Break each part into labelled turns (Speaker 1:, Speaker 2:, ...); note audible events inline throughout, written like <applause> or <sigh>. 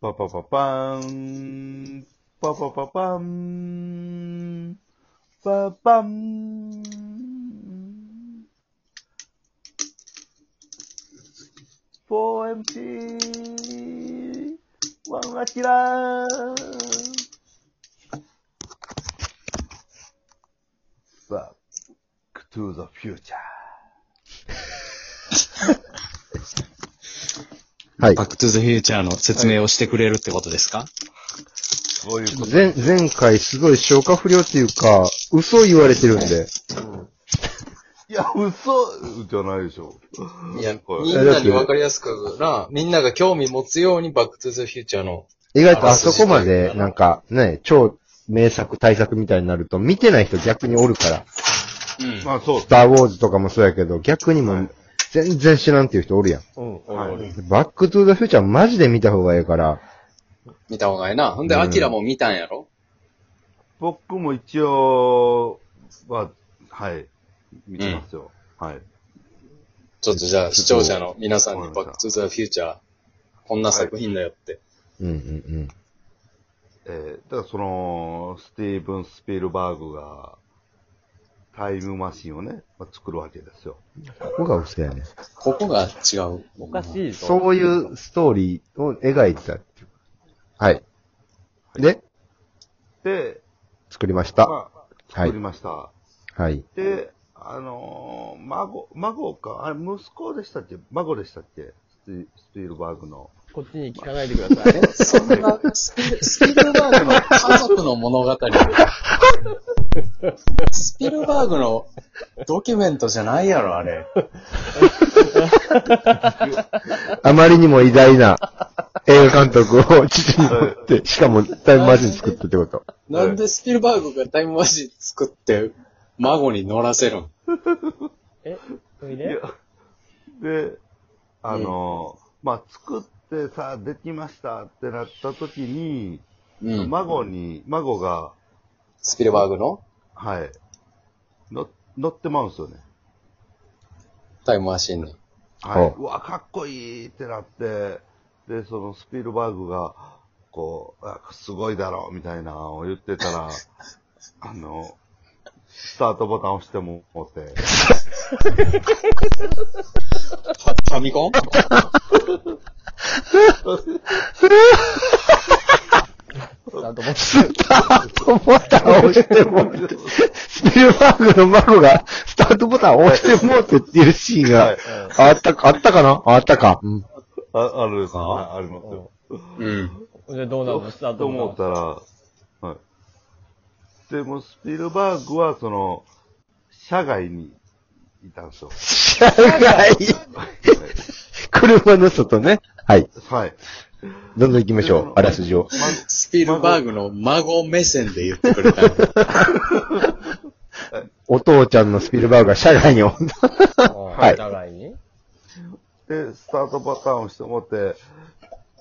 Speaker 1: パパパパーン。パパパパーン。パパン。4MC。ワンアキラー。バックトゥーザフューチャー。
Speaker 2: はい
Speaker 3: バッ。クトゥーザフューチャーの説明をしてくれるってことですか、
Speaker 1: そういうこと。
Speaker 2: 前、前回すごい消化不良っていうか、嘘を言われてるんで。
Speaker 1: いや、嘘じゃないでしょ。
Speaker 4: いや、
Speaker 1: これ
Speaker 4: みんなにわかりやすくな、みんなが興味持つようにバックトゥーザフューチャーの、
Speaker 2: 意外とあそこまで、なんかね、超名作対策みたいになると、見てない人逆におるから。
Speaker 3: うん、
Speaker 1: まあそう
Speaker 2: ス。ターウォーズとかもそうやけど、逆にもう全然知らんっていう人おるやん。
Speaker 1: うん、
Speaker 4: 俺
Speaker 2: でバックトゥーザフューチャーマジで見た方がええから、
Speaker 4: 見た方がいいな。ほんで、
Speaker 2: うん
Speaker 4: アキラも見たんやろ
Speaker 1: 僕も一応は、はい、見てますよ。はい。
Speaker 4: ちょっとじゃあ、視聴者の皆さんにバックトゥーザフューチャー、こんな作品だよって。
Speaker 2: うんうん
Speaker 1: えー、だからその、スティーブン・スピルバーグが、タイムマシンをね、まあ、作るわけですよ。
Speaker 2: うん。ここが嘘やね。
Speaker 4: ここが違う。おかしい。
Speaker 2: そういうストーリーを描いてたっていう。はい。で、
Speaker 1: で、
Speaker 2: 作りました。
Speaker 1: まあ、
Speaker 2: はい
Speaker 1: 作りました。
Speaker 2: はい。
Speaker 1: で、あのー孫、孫か、あれ、息子でしたっけ孫でしたっけスティスピルバーグの。
Speaker 5: こっちに聞かないでください。
Speaker 4: そんな、ススピルバーグの家族の物 <laughs> 語。スピルバーグのドキュメントじゃないやろ、あれ。
Speaker 2: あまりにも偉大な映画監督を父に持って、しかもタイムマシン作ったってこと。
Speaker 4: なんでスピルバーグがタイムマシン作って、孫に乗らせるん
Speaker 5: え、それ
Speaker 1: いや
Speaker 5: で、
Speaker 1: で、あのーまあ、作ってさ、できましたってなった時に、
Speaker 4: うん。
Speaker 1: 孫に、孫が、
Speaker 4: スピルバーグの
Speaker 1: はい。の、乗ってまうんですよね。
Speaker 4: タイムマシンに。
Speaker 1: はい。
Speaker 2: ほ
Speaker 1: うわ、かっこいいってなって、で、そのスピルバーグが、こう、あすごいだろ、みたいなのを言ってた
Speaker 5: <laughs>
Speaker 1: ら、あの、スタートボタン押してもうて、
Speaker 5: <laughs>
Speaker 4: ファファミコン
Speaker 5: なんとも
Speaker 2: ボタンを押してもうて、スピルバーグの孫がスタートボタンを押してもうてっていうシーン
Speaker 1: は
Speaker 2: が
Speaker 1: い。
Speaker 2: あったか、あったかなあったか。
Speaker 1: あ、あるですね。はいありますよ。
Speaker 4: うん。
Speaker 5: で、どうなのスター
Speaker 1: と
Speaker 5: ト
Speaker 1: 思っ
Speaker 5: も。
Speaker 1: たら、はい。でも、スピルバーグは、その、社外にいたんですよ。
Speaker 2: 車外車の外ね。はい。
Speaker 1: はい。
Speaker 2: どんどん行きましょう。あらすじを。
Speaker 4: スピルバーグの孫目線で言ってくれたの。
Speaker 2: お父ちゃんのスピルバーグが車外におんだ。
Speaker 5: はいお互いに。
Speaker 1: で、スタートボタンを押してもって、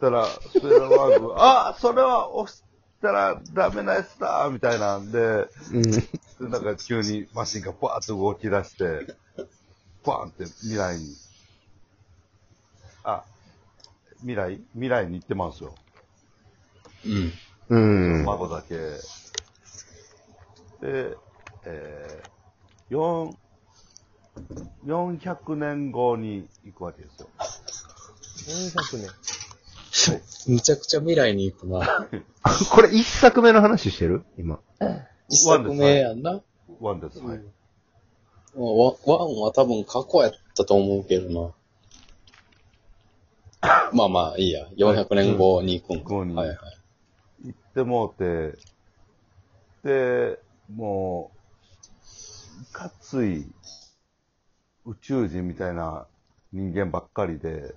Speaker 1: たら、スピルバーグ、 <laughs> あ、それは押したらダメなやつだみたいなんで、
Speaker 2: うん。
Speaker 1: でなんか急にマシンがバーッと動き出して、バーンって未来に、あ、未来未来に行ってますよ。
Speaker 4: <laughs> うん。
Speaker 2: うん。
Speaker 1: 孫だけ。で、えー、4、400年後に行くわけですよ。
Speaker 5: 400年。
Speaker 4: むちゃくちゃ未来に行くな。
Speaker 2: これ一作目の話してる今。
Speaker 4: <laughs> 一作目やんな。
Speaker 1: ワンです。はい。
Speaker 4: もうワワンは多分過去やったと思うけ <laughs> どな。まあまあ、いいや。400年後に行くんか。
Speaker 1: うん
Speaker 4: はいはい。
Speaker 1: 行ってもうて、で、もう、いかつい宇宙人みたいな人間ばっかりで、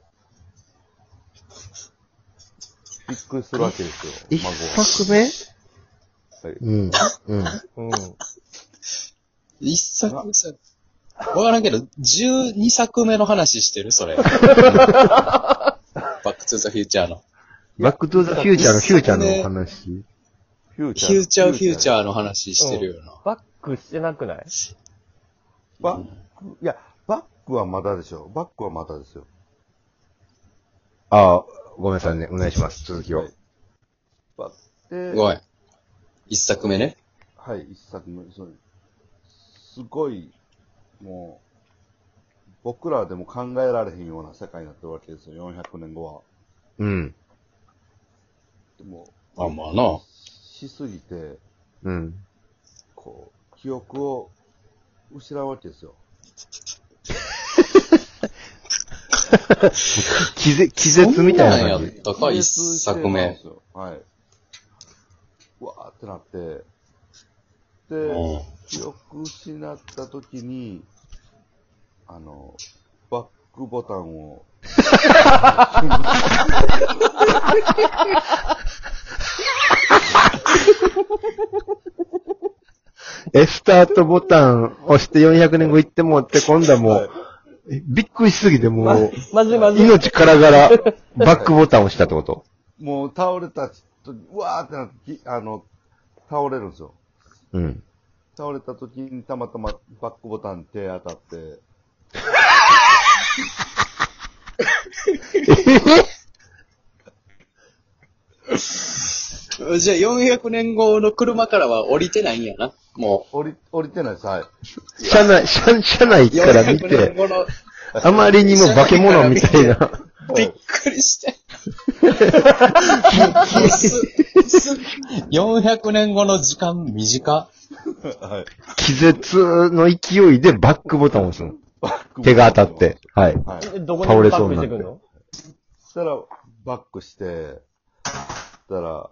Speaker 1: びっくりするわけですよ、
Speaker 2: 一
Speaker 1: 孫
Speaker 2: 作目
Speaker 1: は。はい
Speaker 2: うん。うん。
Speaker 5: うん。
Speaker 4: 一作目さ、わからんけど、12作目の話してる <laughs> それ。バックトゥーザフューチャーの。
Speaker 2: バックトゥーザフューチャーのフューチャーの話。
Speaker 1: フュ
Speaker 4: フューチャーフューチ
Speaker 1: ー。
Speaker 4: ャーの話してるよな。
Speaker 5: バックしてなくない
Speaker 1: バック、いや、バックはまだでしょ。バックはまだですよ。
Speaker 2: ああ、ごめんなさいね。お願いします。続きを。
Speaker 1: バッて、
Speaker 4: ごい。一作目ね。
Speaker 1: はい、一作目、そうすごい、もう、僕らでも考えられへんような世界になってるわけですよ、400年後は。
Speaker 2: うん。
Speaker 1: でも、
Speaker 4: あ、まあな。
Speaker 1: しすぎて、
Speaker 2: うん。
Speaker 1: こう、記憶を失うわけですよ。
Speaker 2: 気ぜ気絶みたいな
Speaker 4: や
Speaker 2: 感
Speaker 4: っ
Speaker 2: じ。
Speaker 4: たか、一作目。。
Speaker 1: はい。うわーってなって、
Speaker 4: う
Speaker 1: で、
Speaker 4: ん。
Speaker 1: 記憶失った時に、あの、バックボタンを、
Speaker 2: え、スタートボタン押して400年後行ってもって、今度はも、
Speaker 1: はいう
Speaker 2: えびっくりしすぎてもう、
Speaker 5: まずいまずい。
Speaker 2: 命からがら、バックボタンを押したってこと。
Speaker 1: もう倒れた時、うわーってなって、ぎあの、倒れるんですよ。
Speaker 2: うん。
Speaker 1: 倒れた時にたまたまバックボタンに手当たって、
Speaker 4: じゃあ400年後の車からは降りてないんやな。も
Speaker 1: 降り、降りてないです。はい。
Speaker 2: 車内、車車内
Speaker 4: う。
Speaker 2: から見
Speaker 4: 400年
Speaker 2: て、
Speaker 4: 後の、
Speaker 2: あまりにも化け物みたいな。
Speaker 4: びっくり <laughs> して。もうすす400年後の時間短。
Speaker 1: はい。
Speaker 2: 気絶の勢いでバックボタンを押すの。手が当たって。。はい。
Speaker 1: はい。
Speaker 5: えどこ
Speaker 2: 倒
Speaker 5: に
Speaker 2: れ
Speaker 5: バ
Speaker 2: そう
Speaker 5: ック
Speaker 2: にな
Speaker 5: し
Speaker 2: ってて
Speaker 5: くんの
Speaker 1: そしたら、バックして、したら、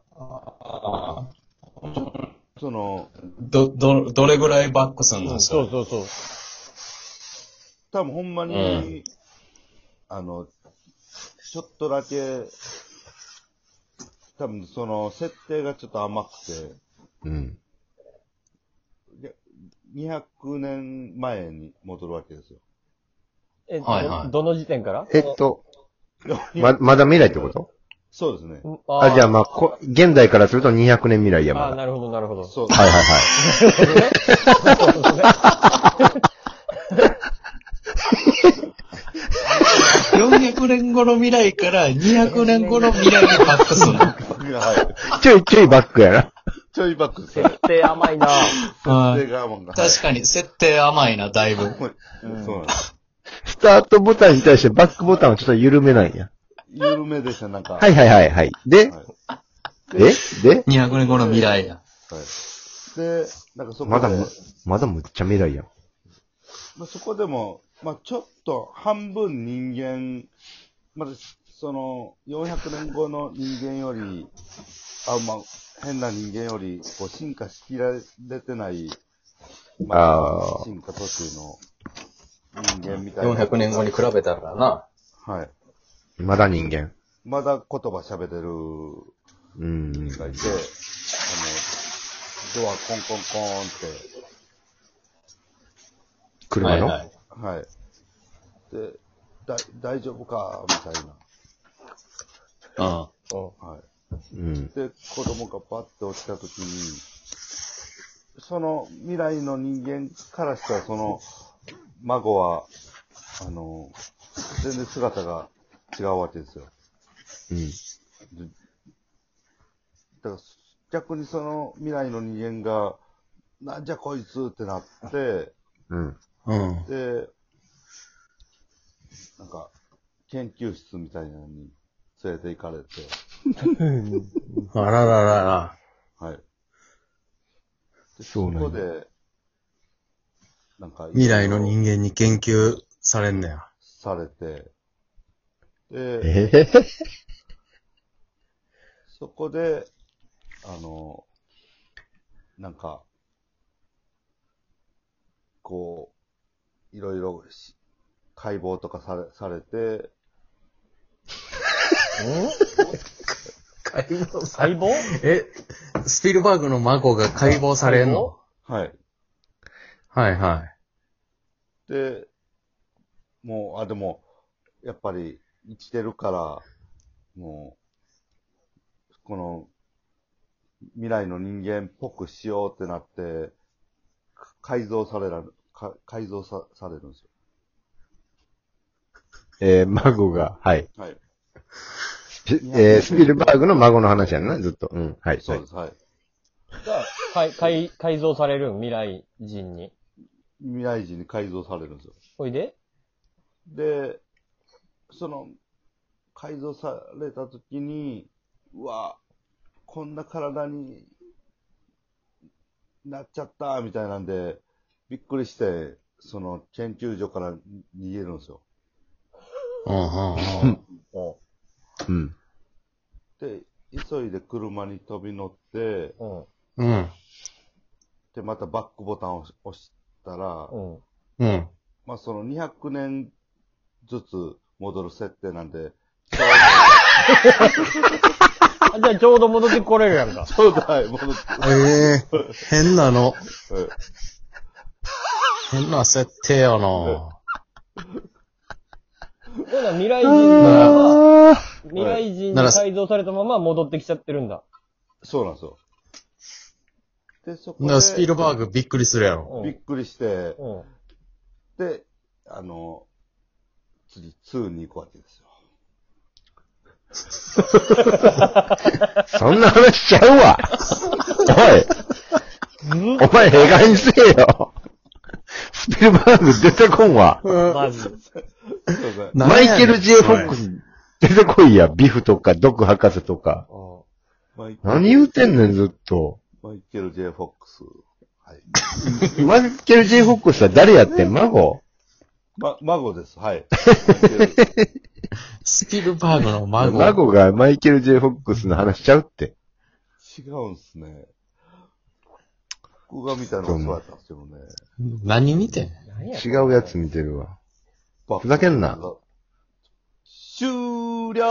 Speaker 1: その、
Speaker 4: ど、ど、どれぐらいバックすん
Speaker 5: う
Speaker 4: の
Speaker 5: ん
Speaker 4: そ
Speaker 5: そう
Speaker 4: れ
Speaker 5: そうそう。
Speaker 1: 多分ほんまに、
Speaker 4: うん
Speaker 1: あの、ちょっとだけ、多分その、設定がちょっと甘くて、
Speaker 2: うん。
Speaker 1: 200年前に戻るわけですよ。
Speaker 5: え、
Speaker 4: はいはい
Speaker 5: どどの時点から
Speaker 2: えっと、ま、まだ未来ってこと
Speaker 1: そうですね。
Speaker 5: うん
Speaker 2: あ、じゃあまあ、こ、現代からすると200年未来や
Speaker 5: あー、
Speaker 2: まだ。
Speaker 5: なるほど、なるほど。 <laughs>
Speaker 1: そう、
Speaker 2: はいはいはい。
Speaker 4: 400年後の未来から200年後の未来にバックすんの。 <laughs>
Speaker 1: はい。
Speaker 2: ちょいちょいバックやな。
Speaker 1: ちょいバックです。設
Speaker 5: 設定甘いな
Speaker 1: 定が甘が。
Speaker 4: 確かに設定甘いな、だいぶ。
Speaker 1: に。そうなんです。
Speaker 2: スタートボタンに対してバックボタンをちょっと緩めないんや。
Speaker 1: 緩めでした、なんか。
Speaker 2: はいはいはいはい。で、
Speaker 1: はい
Speaker 2: えで
Speaker 4: 200年後の未来や。
Speaker 1: はい。で、なんかそこで、
Speaker 2: まだむ、まだむっちゃ未来やん。
Speaker 1: まあ、そこでも、まあ、ちょっと半分人間、まだその400年後の人間より、あまあ、変な人間よりこう進化しきられてない、ま
Speaker 2: あー
Speaker 1: 進化途中の人間みたいな。
Speaker 4: 400年後に比べたらな。
Speaker 1: はい。
Speaker 2: まだ人間。
Speaker 1: まだ言葉喋れる
Speaker 2: うん。
Speaker 1: 人がいて、あの、ドアコンコンコーンって、
Speaker 2: 車の、
Speaker 4: はいはい
Speaker 1: はい。で、だ大丈夫かみたい
Speaker 4: うん。
Speaker 1: な。はい。
Speaker 2: うん。
Speaker 1: で、子供がバッて落ちたときに、その未来の人間からしたら、その孫は、あの、全然姿が違うわけですよ。
Speaker 2: うん。
Speaker 1: でだから、逆にその未来の人間が、なんじゃこいつってなって、
Speaker 2: うん。
Speaker 4: うん。
Speaker 1: で、なんか、研究室みたいなのに連れて行かれて、
Speaker 4: あらららら。
Speaker 1: はい。で
Speaker 2: そうなんや
Speaker 1: そこで、なんか、
Speaker 6: 未来の人間に研究されんねや。
Speaker 1: されて、で、
Speaker 2: えへへ
Speaker 1: そこで、あの、なんか、こう、いろいろし解剖とかされされて、
Speaker 5: 細胞
Speaker 6: え、スピルバーグの孫が解剖されんの
Speaker 1: はい。
Speaker 6: はいは
Speaker 1: で、もう、あ、でも、やっぱり生きてるから、もう、この、未来の人間っぽくしようってなって、か改造されらる、か改造さされるんですよ。
Speaker 2: えー、孫が、はい。
Speaker 1: はい。
Speaker 2: スピえースピルバーグの孫の話やんな、ずっと。うん。はい。
Speaker 1: そうです、はい。
Speaker 5: が、かい改改造されるん未来人に。
Speaker 1: 未来人に改造されるんですよ。
Speaker 5: ほいで
Speaker 1: で、その、改造された時に、うわ、こんな体になっちゃった、みたいなんで、びっくりして、その、研究所から逃げるんですよ。
Speaker 6: うんうん
Speaker 5: お
Speaker 2: うん。
Speaker 1: で、急いで車に飛び乗って、
Speaker 5: う
Speaker 2: <laughs>
Speaker 5: ん。
Speaker 6: うん。
Speaker 1: で、またバックボタンを押し押したら、
Speaker 5: うん。
Speaker 6: うん。
Speaker 1: まあ、その200年ずつ戻る設定なんで、
Speaker 5: あ、じゃあちょうど戻ってこれるやんか。
Speaker 1: ちょうだい、戻って、
Speaker 6: ええ変なの。
Speaker 1: え
Speaker 6: 変な設定やな
Speaker 5: ほな未来人のまま、未来人に
Speaker 6: なら
Speaker 5: 改造されたまま戻ってきちゃってるんだ。
Speaker 1: そうなんですよ。で、そこ
Speaker 6: だか
Speaker 1: で、
Speaker 6: らスピルバーグびっくりするやろ。
Speaker 5: う
Speaker 1: びっ
Speaker 5: ん。
Speaker 1: くりして、
Speaker 5: うん。
Speaker 1: で、あの、次、2に行くわけですよ。
Speaker 2: そんな話しちゃうわおいお前、映画にせえよスピルバーグ出てこんわ
Speaker 5: まず。
Speaker 1: そうですね
Speaker 2: マイケル J ・フォック
Speaker 6: ス。
Speaker 2: ス出てこいや、ビフとか、ドク博士とか。
Speaker 5: うん。
Speaker 1: マイケル
Speaker 2: 何言うてんねん、ずっと。
Speaker 1: マイケル・ J ・フォックス。はい。
Speaker 2: マイケル J ・フォックスは誰やってん孫
Speaker 1: ま、孫です。はい。マイケル
Speaker 6: スピルバーグの孫。
Speaker 2: 孫がマイケル J ・フォックスの話しちゃうって。
Speaker 1: 違うんすね。僕が見たのがそうやったんですけどね。
Speaker 6: 何見てん
Speaker 5: 何や
Speaker 2: 違うやつ見てるわ。ふざけんな。
Speaker 1: 終了